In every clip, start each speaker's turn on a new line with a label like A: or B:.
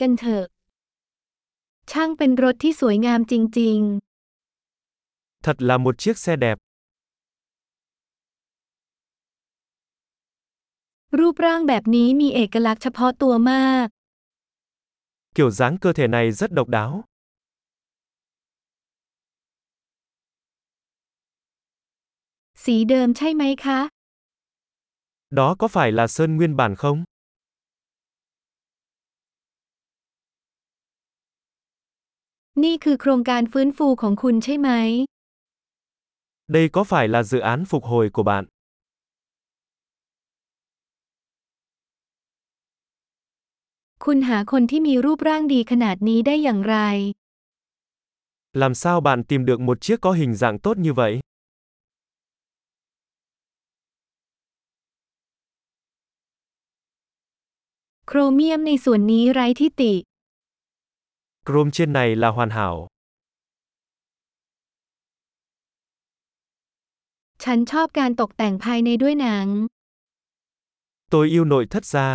A: กันเถอะ ช่างเป็นรถที่สวยงามจริง
B: Thật là một chiếc xe đẹp,
A: ๆ รูปร่างแบบนี้มีเอกลักษณ์เฉพาะตัวมาก
B: kiểu dáng cơ thể này rất độc đáo.
A: สีเดิมใช่ไหมคะ
B: Đó có phải là sơn nguyên bản không?
A: นี่คือโครงการฟื้นฟูของคุณใช่ไหม
B: Đây có phải là dự án phục hồi của bạn?
A: คุณหาคนที่มีรูปร่างดีขนาดนี้ได้อย่างไร
B: Làm sao bạn tìm được một chiếc có hình dạng tốt như vậy?
A: โครเมียมในส่วนนี้ไร้ที่ติ
B: Chrome trên này là hoàn hảo.
A: ฉันชอบการตกแต่งภายในด้วยหนัง
B: Tôi yêu nội thất gia,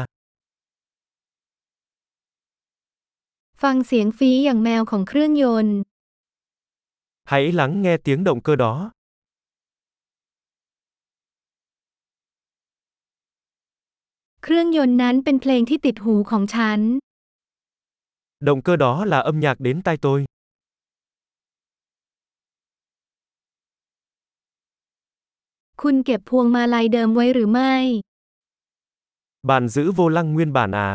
A: ฟังเสียงฟีอย่างแมวของเครื่องยนต์
B: hãy lắng nghe tiếng động cơ đó.
A: เครื่องยนต์นั้นเป็นเพลงที่ติดหูของฉัน
B: Động cơ đó là âm nhạc đến tai tôi.
A: คุณเก็บพวงมาลัยเดิมไว้หรือไม่
B: Bạn giữ vô lăng nguyên bản à?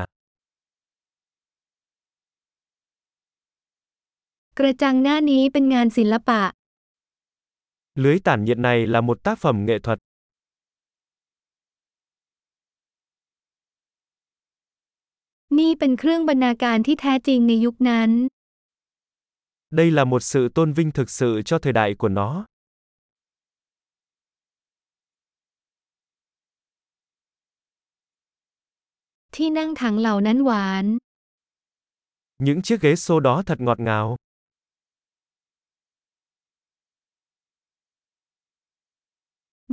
A: กระจังหน้านี้เป็นงานศิลปะ
B: Lưới tản nhiệt này là một tác phẩm nghệ thuật.
A: นี่เป็นเครื่องบรรณาการที่แท้จริงในยุคนั้น
B: Đây là một sự tôn vinh thực sự cho thời đại của nó.
A: ที่นั่งถังเหล่านั้นหวาน
B: Những chiếc ghế xô đó thật ngọt ngào.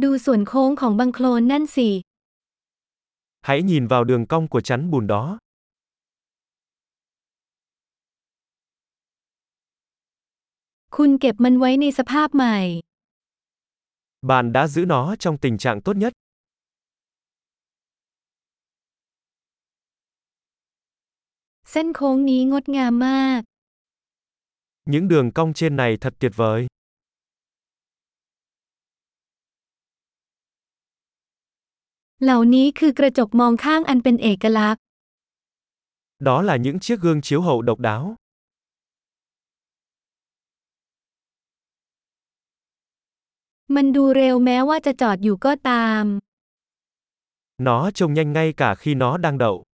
A: ดูส่วนโค้งของบังโคลนนั่นสิ
B: Hãy nhìn vào đường cong của chắn bùn đó.
A: คุณเก็บมันไว้ในสภาพใหม่
B: Bạn đã giữ nó trong tình trạng tốt nhất.
A: เส้นโค้งนี้งดงามมาก
B: Những đường cong trên này thật tuyệt vời.
A: เหล่านี้คือกระจกมองข้างอันเป็นเอกลักษณ์
B: Đó là những chiếc gương chiếu hậu độc đáo.
A: มันดูเร็วแม้ว่าจะจอดอยู่ก็ตาม
B: Nó trông nhanh ngay cả khi nó đang đậu.